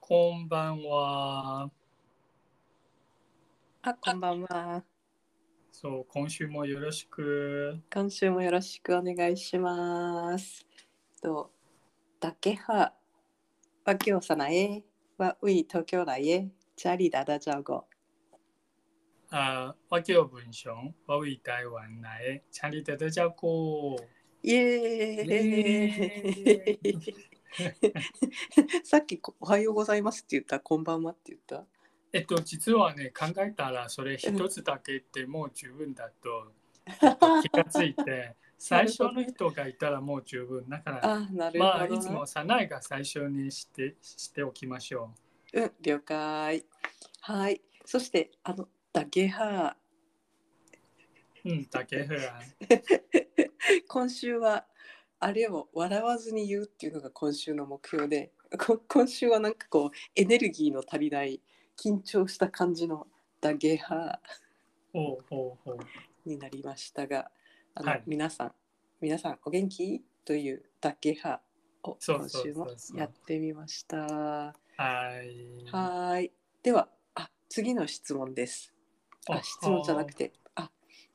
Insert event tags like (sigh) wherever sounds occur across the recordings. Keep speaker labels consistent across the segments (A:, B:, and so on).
A: こんばんは。
B: あ、こんばんは。
A: そう、今週もよろしく。
B: 今週もよろしくお願いします。えっと、だけは、わきょうさなえ、わうい東京来へ、チャリダダジャゴ。
A: あ、わけを文章、わうい台湾内、チャリテテジャコ。
B: イエー
A: イエ
B: イさっきこおはようございますって言った、こんばんはって言った。
A: えっと、実はね、考えたら、それ一つだけでもう十分だとえっと気がつい
B: (laughs)
A: て、最初の人がいたらもう十分。だから、
B: あ、なるほど
A: まあ、
B: な。
A: いつもさないが最初にしてしておきましょ
B: うん、了解。はい。そして、あの、だけは、
A: う。うん、だけふら。
B: 今週はあれを笑わずに言うっていうのが今週の目標でこ今週はなんかこうエネルギーの足りない緊張した感じのダゲハ
A: ほうほうほう。
B: になりましたがあの、
A: はい
B: 皆さん皆さんお元気というダゲハを
A: そう
B: 今
A: そうそう
B: 週もやってみました。
A: はい。
B: はーい。では、あ、次の質問です。あ、
A: あ
B: 質問じゃなくて、あ、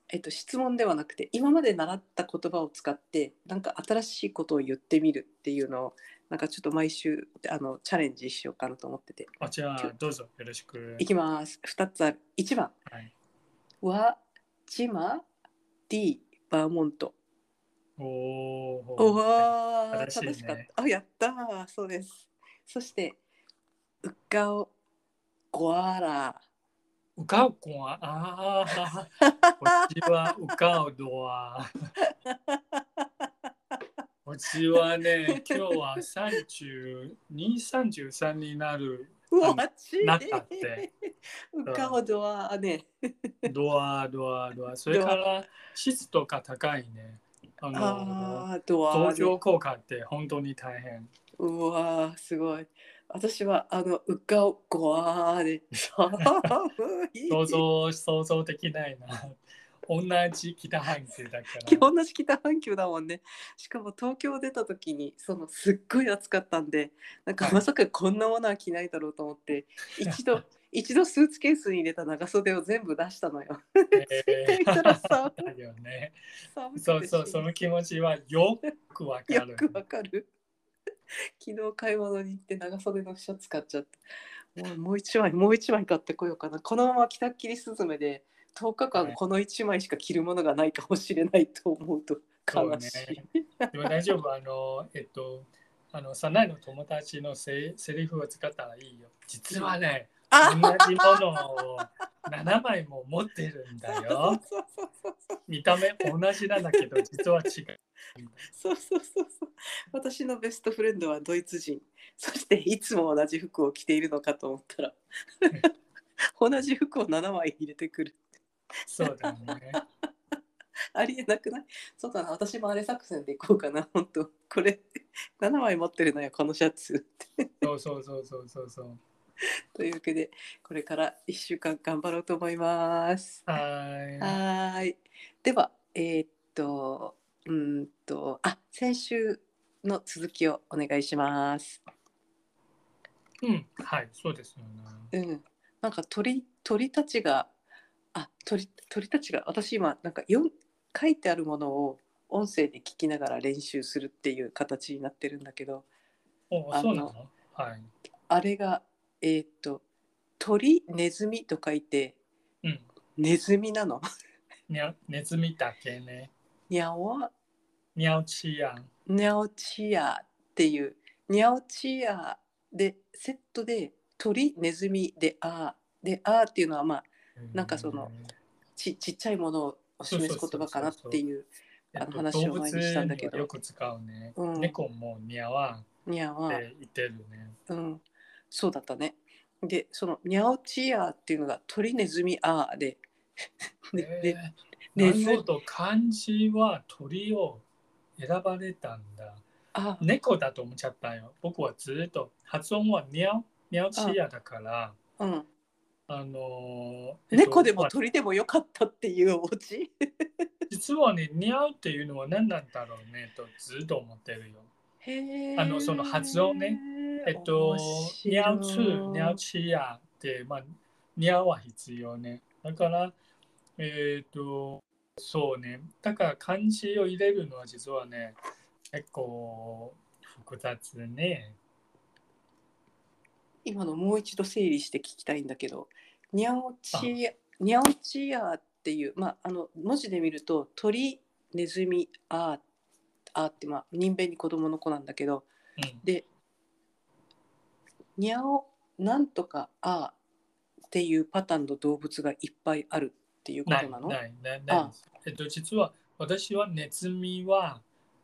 B: えっと質問ではなくて、今まで習った言葉を使って、なんか新しいことを言ってみるっていうのを、なんかちょっと毎週あのチャレンジしようかなと思ってて。
A: あ、じゃあ、どうぞよろしく。
B: いきます。二つある。一番、
A: はい、
B: わ、ちま、D、バーモント。
A: おおー。
B: おわー、
A: 正しいね
B: 正しかった。あ、やったー、そうです。そして、うっかお、ごわらー。
A: うかうこは、 (laughs) ああ、こっちはうかうど
B: (laughs)
A: わ。こっちはね、今日は32、33になる
B: う
A: あ
B: わ、
A: の
B: 暑い
A: なったって。
B: (laughs) うかほどはね、
A: ドア、ドア、ドア。それから、湿度が高いね。あの、
B: ああ、ドア
A: 相
B: ね。
A: 乗効果って本当に大変。
B: うわー、すごい。私は、あの、うかおごわーで、
A: (laughs)
B: 寒い。
A: 想像、想像できない
B: (laughs)
A: な。同じ北半球だから。
B: 基本なし北半球だもんね。しかも東京出た時に、そのすっごい暑かったんで、なんか
A: はい
B: まさかこんなものは着ないだろうと思って、一度、一度スーツケースに入れた長袖を全部出した
A: (laughs)
B: のよ。
A: えー
B: 言ったら
A: (laughs)
B: さ
A: だよね。
B: 寒くて
A: そうそう、
B: 死ぬ
A: その気持ちはよくわか
B: よ
A: る。
B: くわかる。 (laughs) 昨日買い物に行って長袖のシャツ買っちゃった。もうもう一枚もう一枚買ってこようかな。このまま北切りスズメで10日
A: は
B: 間
A: い
B: この一枚しか着るものがないかもしれないと思うと
A: そう
B: 悲
A: ね
B: しい。
A: でも大丈夫、あの、えっと、あの、サナイの友達のせセリフを使ったらいいよ。実はね、同
B: あ、
A: じものを7枚も持ってるんだよ。
B: そうそうそうそう
A: 見た目同じなんだけど、実は違う。
B: そうそうそうそう。私のベストフレンドはドイツ人。そしていつも同じ服を着ているのかと思っ
A: (laughs)
B: たら同じ服を7枚入れてくる。
A: そうだね。
B: (laughs) ありえなくないそうだな、私もあれ作戦でいこうかな、本 (laughs) 当これ、7枚持ってるのよ、このシャツ。
A: そうそうそうそうそうそう。
B: (laughs) というわけで、これから1週間頑張ろうと思います。
A: はーい。
B: はーい。では、えーっと、うーんと、あ、先週の続きをお願いします。
A: うん、はい、そうですよね。
B: うん。なんか鳥、鳥たちが、あ、鳥、鳥たちが、私今、なんか4、書いてあるものを音声で聞きながら練習するっていう形になってるんだけど、
A: お、
B: あの
A: そうなのはい。
B: あれが、えーっと、鳥、ネズミと書いて、
A: うん。
B: ネズミなの。 (laughs)
A: にゃネズミだけね。
B: にゃおわ、
A: にゃおちやん。
B: にゃおちやっていう、にゃおちやで、セットで、鳥、ネズミで、あー、で、あーっていうのは、まあ、なんかそのちちっちゃいものを示す言葉かなっていう、
A: えっと
B: あの話を前にしたんだけ
A: 動物には
B: ど
A: よく使うね。
B: うん
A: 猫もニャワンっ
B: にゃは、
A: て言ってるね。
B: うん、そうだったね。で、その、にゃおちやっていうのが、鳥、ネズミ、あーで、 (laughs) ねね
A: えー
B: ネ
A: な
B: ズミ
A: るほど漢字は鳥を選ばれたんだ。
B: あー、
A: 猫だと思っちゃったよ。僕はずっと発音はニャオニャオチヤだから、
B: うん。
A: あのー
B: 猫でも
A: えっと
B: 鳥でもよかったっていうお家。
A: 実はね、ニャオっていうのは何なんだろうねとずっと思ってるよ。
B: へー
A: あのその発音ね。えっと
B: 面、白い
A: にゃうつ、にゃうちやって、まあ、にゃは必要ね。だから、えっと、そうね。だから漢字を入れるのは実はね、結構複雑ね。
B: 今のもう一度整理して聞きたいんだけど、にゃおち、にゃおちやっていう、まあ、あの文字で見ると、鳥、ネズミ、あー、あーって、まあ、人弁に子供の子なんだけど、
A: うん、
B: で、にゃお、なんとか、あーっていうパターンの動物がいっぱいあるっていうこ
A: な
B: と
A: い、
B: なの
A: ない、ない、
B: あ
A: ないです。えっと、実は私はネズミは、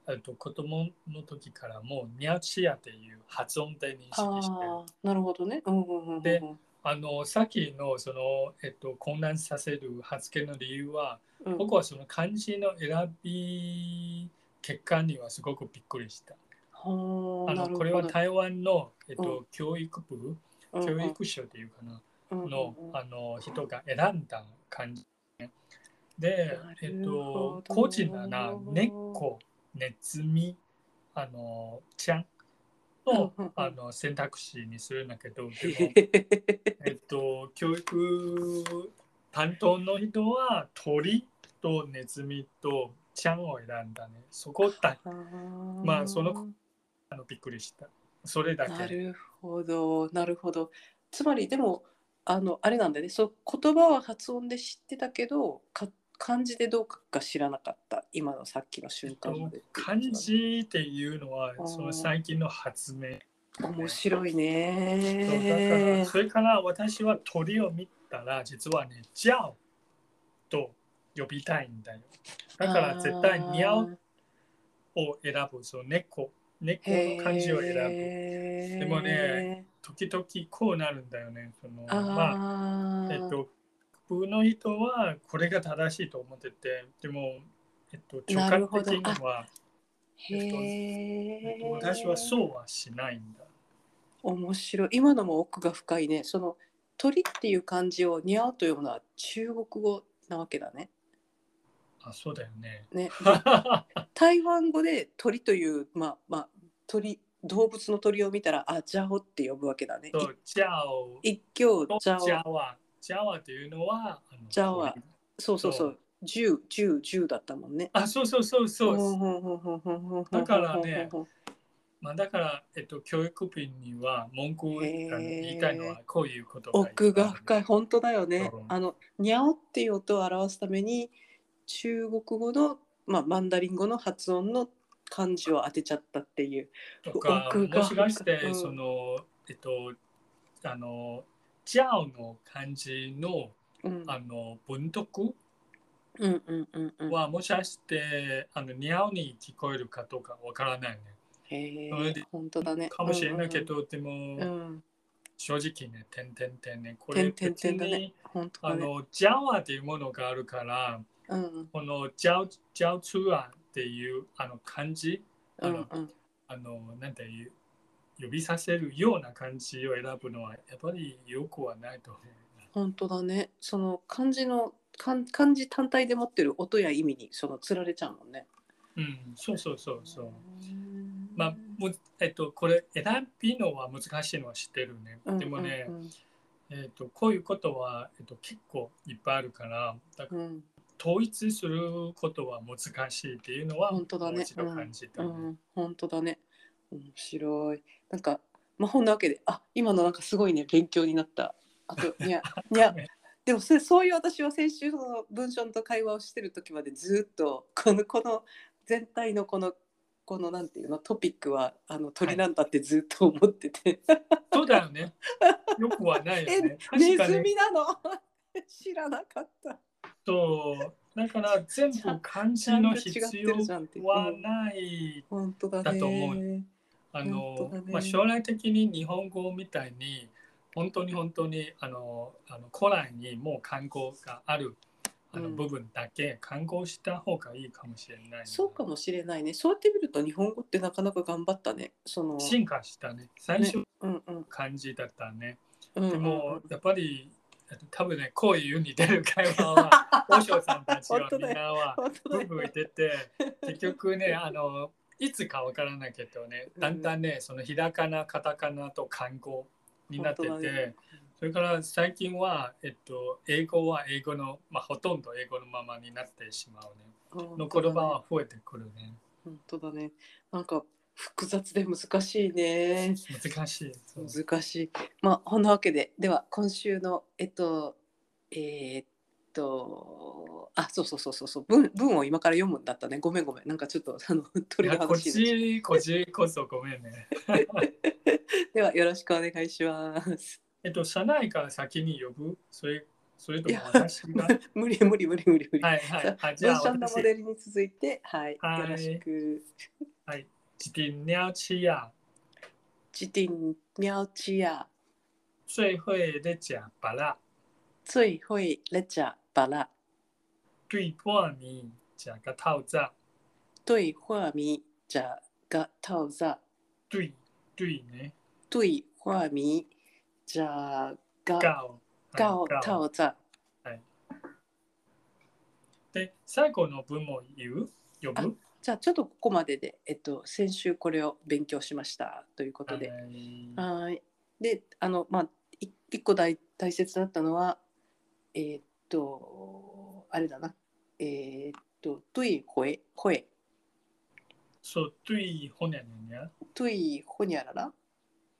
A: えっと、子供の時からもうにゃうちやっていう発音で認識してる。
B: あーなるほどね。うんうんうんうんうん
A: であのさっきのその、えっと、混乱させる発言の理由は、
B: うん
A: 僕はその漢字の選び結果にはすごくびっくりした。
B: はー
A: あ
B: な
A: の
B: るほど
A: これは台湾の、えっと
B: う
A: 教育部、
B: うんうん
A: 教育省っていうかな、
B: うんうん
A: の
B: うん
A: あの人が選んだ漢字、ね。で、えっ
B: なるほ
A: と
B: ど、
A: 個人なら猫、ネズミ、あのちゃんの
B: うんうんうん
A: あの選択肢にするんだけど、でも
B: へ
A: えっと、教育担当の人は鳥とネズミとちゃんを選んだね。そこだまあそのあのびっくりした。それだ
B: な
A: け。
B: るほどなるほどつまりでもあのあれなんだよねそう言葉は発音で知ってたけどか漢字でどう書くか知らなかった今のさっきの瞬間まで
A: 漢字っていうのは
B: うん
A: その最近の発明。
B: 面白い
A: そうだから
B: ね
A: それから私は鳥を見たら実はね、ジャオと呼びたいんだよ。だから絶対ニャオを選ぶ。その猫、猫の漢字を選ぶ。
B: ぶ
A: でもね時々こうなるんだよね。その
B: あー、
A: まあえっと、部の人はこれが正しいと思ってて、でも、えっと、直
B: な
A: 感
B: るほど
A: 的には、えっ
B: へー
A: と、私はそうはしないんだ。
B: 面白い今のも奥が深いねその鳥っていう漢字をにゃおと読むのは中国語なわけだね
A: あ、そうだよね。 (laughs)
B: ね台湾語で鳥というまあまあ鳥動物の鳥を見たらあジャオって呼ぶわけだね
A: そう、ジャオ
B: い一行
A: と
B: ジ
A: ジ
B: ャオ
A: ャワ。ジャワというのは、あの
B: ジャワ。
A: 鳥
B: そうそうそ
A: そう
B: 十十十だったもんね
A: あ、そうそうそうそう。
B: そう
A: だからねまあ、だから、えっと、教育部には文句を言いたい
B: へー
A: 言いたいのはこういうこと
B: 奥が深い
A: い。
B: 本当だよね
A: うん
B: あのにゃおっていう音を表すために中国語の、まあ、マンダリン語の発音の漢字を当てちゃったっていう
A: とか、
B: 奥が
A: もし
B: 深い
A: かして、
B: うん
A: その、えっと、あの、ジャオの漢字の、
B: うん
A: あの文読
B: うんうんうんうん
A: はもしかしてあの似合うに聞こえるかどうかわからないね。
B: へ
A: それ
B: え
A: で
B: 本当だね
A: かもしれないけど、
B: うん
A: で
B: う
A: も
B: んうんうん
A: 正直ね、てんてんてんね、こ
B: て
A: れ
B: んてん
A: 別
B: てんだね
A: に
B: 本当
A: あ
B: だね
A: のジャワというものがあるから、
B: うんうん
A: このジャオジャオツアっていうあの漢字、
B: う
A: あ
B: ん
A: のあのなんていう呼びさせるような漢字を選ぶのはやっぱり良くはないと思う。
B: 本当だねその漢字の漢漢字単体で持ってる音や意味にそのつられちゃうもんね
A: うん、そうそうそうそう。
B: うん
A: まあ、むえっと、これ選びのは難しいのは知ってるね。でもね、
B: うんうん
A: えー、とこういうことは、えー、と結構いっぱいあるからだか
B: う
A: ら
B: んうん
A: 統一することは難しいっていうのは
B: 本当だね
A: もう一度感じた
B: う
A: ね、
B: ん、本当だね。面白い。なんか、まあ、ほんなわけで、あ、今のなんかすごいね、勉強になった。
A: (laughs)
B: あと、にゃ、にゃ。でもそれそういう私は先週その文章と会話をしてる時までずっとこのこの全体のこのこのなんていうのトピックはあの鳥なんだってずっと思ってて、
A: そうだよねよくはない
B: (laughs) え
A: よね確
B: ネ
A: か
B: ズ
A: に
B: ミなの (laughs) 知らなかった
A: そうだから全部漢字の必要
B: んって
A: はない
B: 本当だね
A: だと思う
B: う
A: あ
B: 本
A: の、
B: 当だね
A: まあ、将来的に日本語みたいに本当に本当にあのあの古来にもう漢語があるあの
B: うん
A: 部分だけ漢語した方がいいかもしれないな、
B: そうかもしれないねそうやって見ると日本語ってなかなか頑張ったねその
A: 進化したね最初
B: うんうん
A: 感じだったね。
B: うんうん
A: で
B: う
A: も
B: ん
A: やっぱり多分ねこういうに出る会話
B: (laughs)
A: は和尚さんたちは
B: 本当
A: み
B: だ
A: ん
B: よ
A: なは
B: 本
A: ブ
B: 当だ
A: ーブー言
B: よ
A: ってて結局ねあのいつかわからないけどねだんだんね、そのひらかなカタカナと漢語になってて、
B: 本当だね
A: それから最近は、えっと、英語は英語の、まあ、ほとんど英語のままになってしまうね。の言葉は増えてくるね。
B: 本当だね。なんか複雑で難しいね。
A: 難しい。そう
B: 難しい。まあ、こんなわけで、では今週の、えっと、えーっと、あ、そうそうそうそうそう、文、文を今から読むんだったね。ごめんごめん。なんかちょっと、あの、
A: い
B: 鳥
A: や
B: の
A: こっ
B: 話になっちゃう
A: ち、こっちこそごめんね。
B: では、よろしくお願いします。
A: えっと、社内から先に呼ぶそれ、それと
B: い
A: も
B: や
A: 私
B: (laughs)
A: が。は
B: 無理無理無理無理無理。
A: いはい。あじゃ
B: 文
A: あ
B: 章のモ
A: 私、
B: デルに続いて、はい、
A: はい
B: よろしく。
A: 今天吃呀，
B: 自定喵チや
A: 最会在讲巴拉，
B: ついほいレチャバラ、
A: 对半年讲个套餐，
B: といほわみじゃがたうざ。
A: 对对呢，
B: 对话名じゃが
A: 高
B: がをたおざ
A: で、最後の文も言う呼ぶ
B: じゃあちょっとここまでで、えっと、先週これを勉強しましたということで。
A: はい
B: はいであのまあい一個大大切だったのはえーっとあれだなえーっと「トゥイホエホエ
A: そう、对骨にゃ、
B: トゥイホニャララ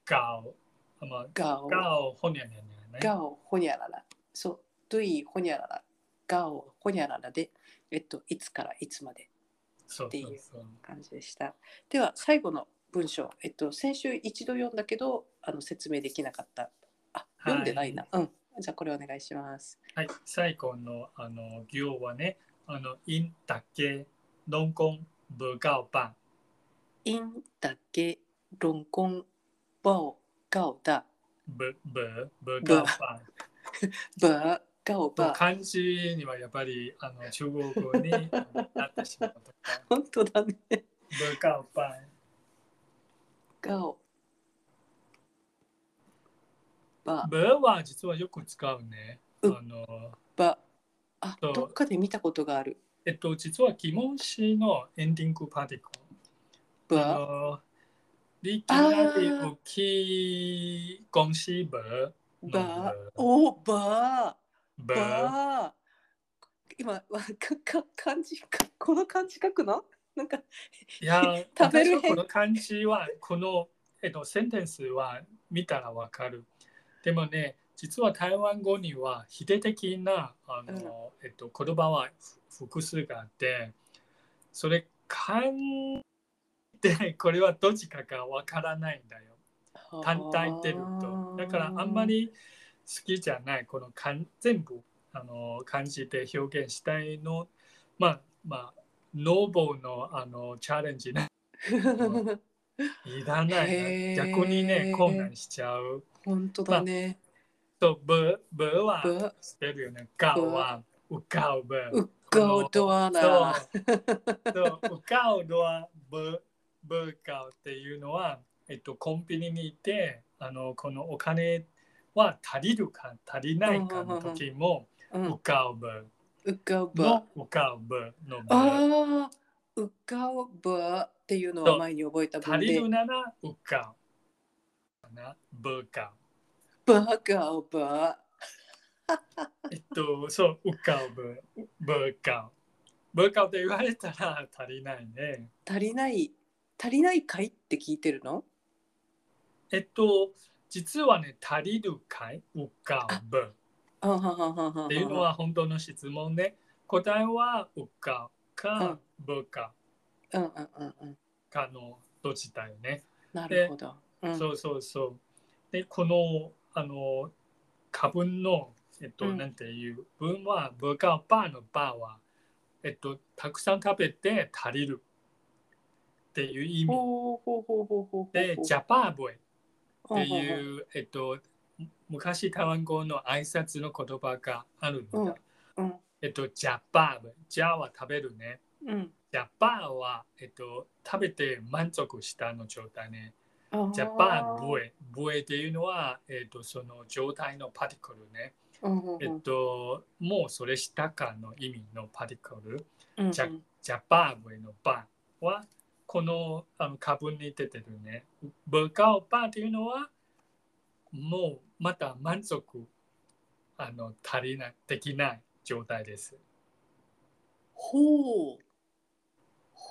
A: 高あまあ、
B: ガオ
A: 高骨にゃね。
B: ガオホニャララ」そう「トゥイホニャララ」「ガオホニャララ」で、えっと、いつからいつまで
A: そう
B: って
A: そ
B: いう
A: うそう。
B: 感じでした。では最後の文章、えっと、先週一度読んだけどあの説明できなかった。あ読んでないな、うん。じゃあこれお願いします。
A: はい、最後のあの行はね、あの、インだけ、ロンコン、ブガオバン。
B: インだけ論ンバオガオダ
A: ブブブガオバン。
B: バーガオバー。
A: 漢字にはやっぱりあの中国語
B: (laughs)
A: になってしまうとか。
B: 本当だね。
A: ブガオバン。
B: ガオバ
A: ブは実はよく使うね。あ
B: うん
A: の
B: バあ
A: そう
B: どっかで見たことがある。
A: えっと、実は疑問詞のエンディングパーティクル。あ
B: バ
A: の、リキナリウキゴンシブ
B: ー
A: の
B: バーおバー。
A: ブ
B: わあ今わかか漢字かこの漢字書くのなんか
A: いや、
B: 食べ
A: 私
B: る
A: はこの漢字は、この、えっと、センテンスは見たらわかる。でもね、実は台湾語には否定的なあの、えっと、言葉はふ複数があって、それ、漢でこれはどっちかがわからないんだよ。単体ってると。だからあんまり好きじゃない、この漢全部あの漢字で表現したいの、まあまあ、ノーボーのあのチャレンジね、いらない
B: へ
A: な。
B: ー
A: 逆にね、困難しちゃう。
B: (laughs) 本当だね、
A: と、ブブは
B: ぶ
A: してるよね。ガオは、ウガオブ。
B: うっかおどわな
A: そうそうウガオドアブブガオっていうのは、えっと、コンビニに行ってあのこのお金は足りるか足りないかの時も、
B: う
A: ウ
B: ん
A: ガオブ
B: うっかおば
A: のウガオブのブ
B: あーうっかおばっていうの
A: そ
B: は
A: う
B: 前に覚えた
A: 足
B: 分
A: り
B: で
A: るならウガオかなブガ
B: バカおば
A: オえっとそうウガオブブガオブガオって言われたら足りないね
B: 足りない足りないかいって聞いてるの
A: えっと実はね足りるかいウガオブ
B: あはははは
A: っていうのは本当の質問で、答えはうかかぶか
B: うんうんうんうん
A: かのどっちだよね。
B: なるほど、うん、
A: そうそうそう。で、このあの過分の、えっと、
B: うん
A: なんていう分は、ぶかばのばは、えっと、たくさん食べて足りるっていう意味
B: ほうほうほうほうほうほう
A: で、ジャパーボイ
B: っ
A: っていう、えっと、昔台湾語の挨拶の言葉があるんだ。
B: うんうん
A: えっと、ジャパーボイ。ジャは食べるね。
B: うん
A: ジャパンは、えっと、食べて満足したの状態ね。ジャパンブエ、ブエっていうのは、えっと、その状態のパティクルね。えっと、もうそれしたかの意味のパティクル。
B: うんうん
A: ジャパンブエのバはこのあの株に出てるね。ブカオパというのは、もうまた満足、あの、足りない、できない状態です。
B: ほう。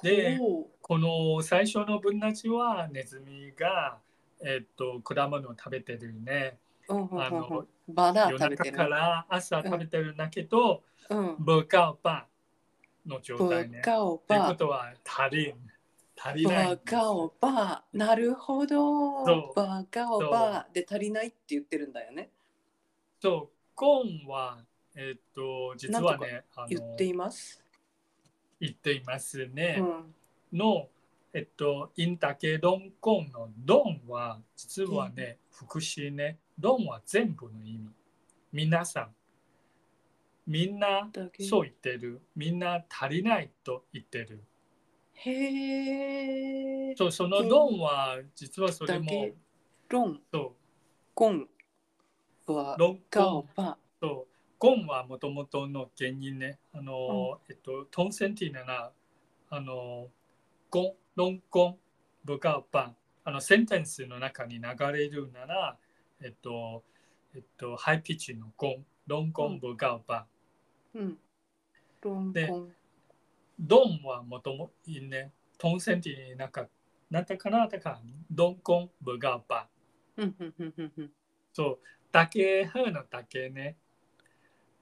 A: で
B: ほ
A: この最初の分たちは、ネズミが、えっと、果物を食べてるね。
B: う。うんうん
A: あ
B: うんう
A: の
B: ん。バラ
A: 夜
B: 食べ
A: 中
B: てる。
A: から朝食べてるんだけど、
B: うん。
A: ブカオパの状態
B: ブ
A: ね。
B: カオ
A: というこ
B: バ。
A: とは足りん。足りないん
B: バ
A: です。
B: カオバ。なる
A: そ
B: ほ
A: う
B: ど。バカオバで足りないって言ってるんだよね。
A: そう、ゴンは、えっと、実はね、あの
B: 言っています。
A: 言っています
B: う
A: ね。
B: ん。
A: の、えっと、インタケドンコンのドンは、実はね、福祉ね、ドンは全部の意味。皆さん、みんな
B: だけ
A: そう言ってる。みんな足りないと言ってる。
B: へえ。
A: そうそのドンは、実はそれ
B: だ
A: も
B: け、ロン、
A: そ
B: ゴン、バ
A: う、ロン
B: カ
A: コン
B: オバ。
A: そうゴンはもともとの原因ね、あの、えっと、トンセンティナが、あの、ゴン、ロンゴン、ブカウパン、あの、センテンスの中に流れるなら、えっと、えっと、ハイピッチのゴン、ロンゴ
B: う
A: ン、
B: ん
A: ブカウパ
B: うん。ロン、
A: で
B: ゴン。
A: ン、ドンはもともとね、トンセンティナ中、なんだかな、だから、ロンゴン、ブカウパン。
B: うんうんうんうんうん。
A: そう、だけ、ふのだけね。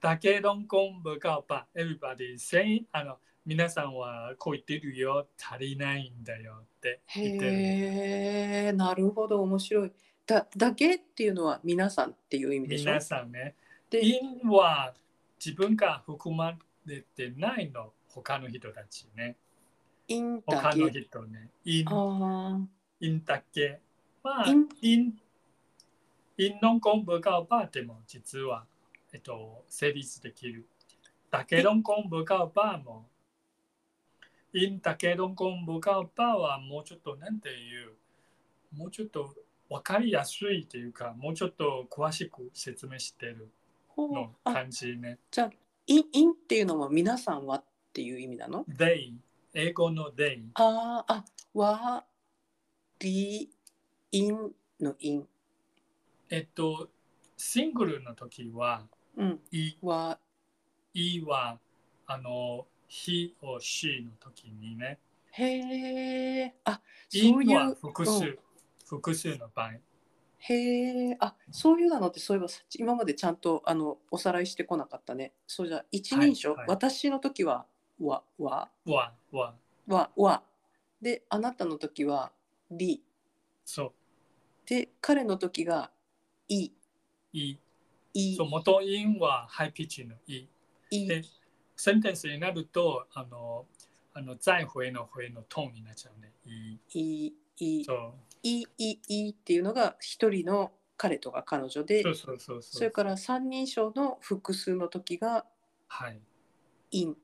A: だけどんこんぶがおば、everybody saying、あの、皆さんはこう言ってるよ、足りないんだよって言ってる。
B: へえ、なるほど、面白い。だ、だけっていうのは皆さんっていう意味でしょ
A: 皆。さんね。
B: で、
A: 因は自分が含まれてないの、他の人たちね。
B: インだ
A: 他の
B: け。
A: 人ね。因、
B: あ
A: 因だけ。ま
B: あ、
A: あ
B: イ、ン、
A: 因、因のこんぶがおばでも実は、えっと、成立できる。だけどんこんぶがおばも、因だけどんこんぶがおばはもうちょっとなんていう、もうちょっと分かりやすいというか、もうちょっと詳しく説明してる
B: ほう
A: の
B: あ、
A: 感じね。
B: じゃあ、イン、インっていうのは皆さんはっていう意味なの。
A: they、英語の they、
B: ああ、あ、わ。り。インのイン。
A: えっと、シングルの時は、
B: うん、
A: い
B: わ。
A: いは、あの、he or she の時にね、
B: へえ、あ、
A: 因
B: そうい
A: は
B: う。
A: 複数、
B: うん
A: 複数の場合。
B: へえ、あ、そういうなのって、そういえば、さ今までちゃんと、あの、おさらいしてこなかったね。そうじゃ、一人称、
A: はいはい
B: 私の時は、わ、わ、
A: は、は、
B: わ、わ。で、あなたの時は、り。
A: そ
B: で、彼の時が、い、
A: う、い。
B: い
A: そう、、元因はハイピッチのい。で
B: い。、
A: センテンスになると、あの、あの、再回の回のトーンになっちゃうね。い。
B: い、い、
A: そ
B: い、い、いっていうのが、一人の彼とか彼女
A: う、
B: で
A: そ、うそうそうそう。
B: それから三人称の複数の時が、
A: はい。
B: いん。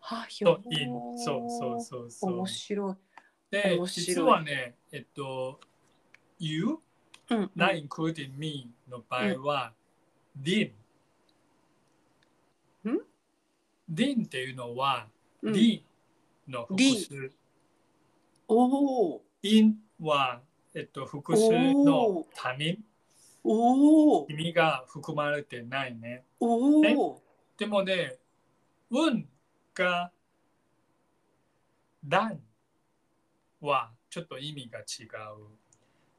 B: は、ひ
A: そ
B: ょ
A: う、い。そうそうそうそう
B: 面。白い。
A: で、
B: 面白い
A: 実はね、えっと、you
B: うん、うん。
A: not including me の場合は、din。
B: ん
A: din っていうのは、
B: うん
A: D の複数。
B: おお
A: in は、えっと、複数の他人。
B: おお
A: 意味が含まれてないね。ね
B: おお
A: でもね、運が、段はちょっと意味が違う。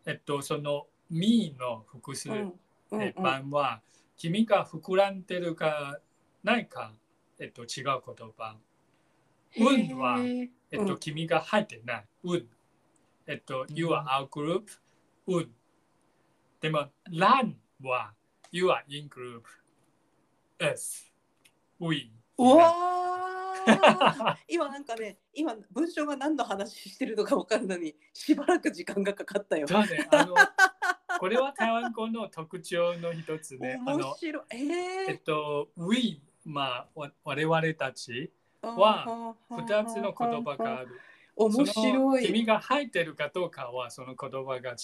A: えっと、その、me の複数
B: うんうんうん
A: え版は、君が膨らんでるかないか、えっと、違う言葉。運は
B: へー
A: えっと、
B: うん
A: 君が入ってない。would。えっと、you are our group。would。でも、run は you are in group。us。we。
B: うわー今なんかね今文章が何の話してるのか分かるのにしばらく時間がかかったよ。
A: そうね。あの、これは台湾語の特徴の一つね。あ
B: 面
A: の、
B: 白い。え
A: え
B: ー
A: っと、we、まあ、わ我々たち、
B: は
A: 二つの言葉がある。
B: 面
A: その
B: 白い。
A: 君が入ってるかどうかは、その言葉が違う。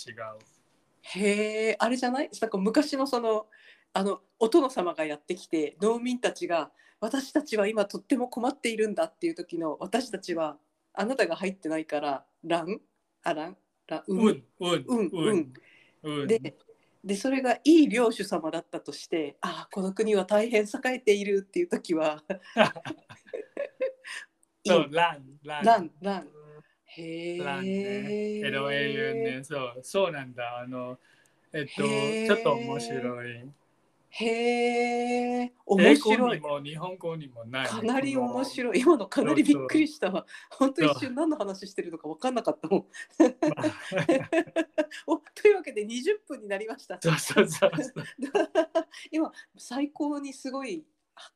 B: へえあれじゃないなんか昔のそのあのお殿様がやってきて農民たちが私たちは今とっても困っているんだっていう時の私たちはあなたが入ってないからランあらんらう
A: うんん、うん、
B: うんうん
A: うん。
B: ででそれがいい領主様だったとしてああこの国は大変栄えているっていう時は
A: (laughs)
B: いい (laughs)
A: そう、ラン、ラン。
B: ランラン
A: プラン
B: へ
A: ね
B: え。
A: LAU ね。そう、そうなんだ。あの、えっと、
B: へー
A: ちょっと面白い。
B: へえ面
A: 英語
B: 白
A: に
B: い
A: も日本語にもない。
B: かなり面
A: い。
B: 白い今のかなりびっくりしたわ本当
A: そう
B: 一瞬何の話してるのか分かんなかったもん (laughs) おというわけで20分になりました
A: そうそうそうそう。
B: (laughs) 今最高にすごいは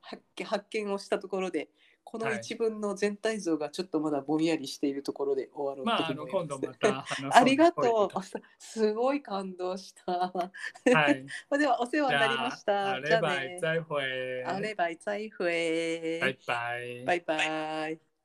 B: 発見発見をしたところでこの
A: はい
B: 一文の全体像がちょっとまだぼんやりしているところで終わろう
A: ま
B: (laughs)
A: あ、あ
B: と
A: の、
B: 思
A: 今
B: いま
A: 度
B: す。
A: また話そう
B: ありが
A: こと
B: う。あすすごい感動した。
A: ういうことはい。
B: ではお世話
A: じ
B: に
A: ゃ
B: な (laughs) りました。
A: あ、あればい、
B: ね。
A: 再会。
B: あればい再会。
A: バイバイ。
B: バイバイ。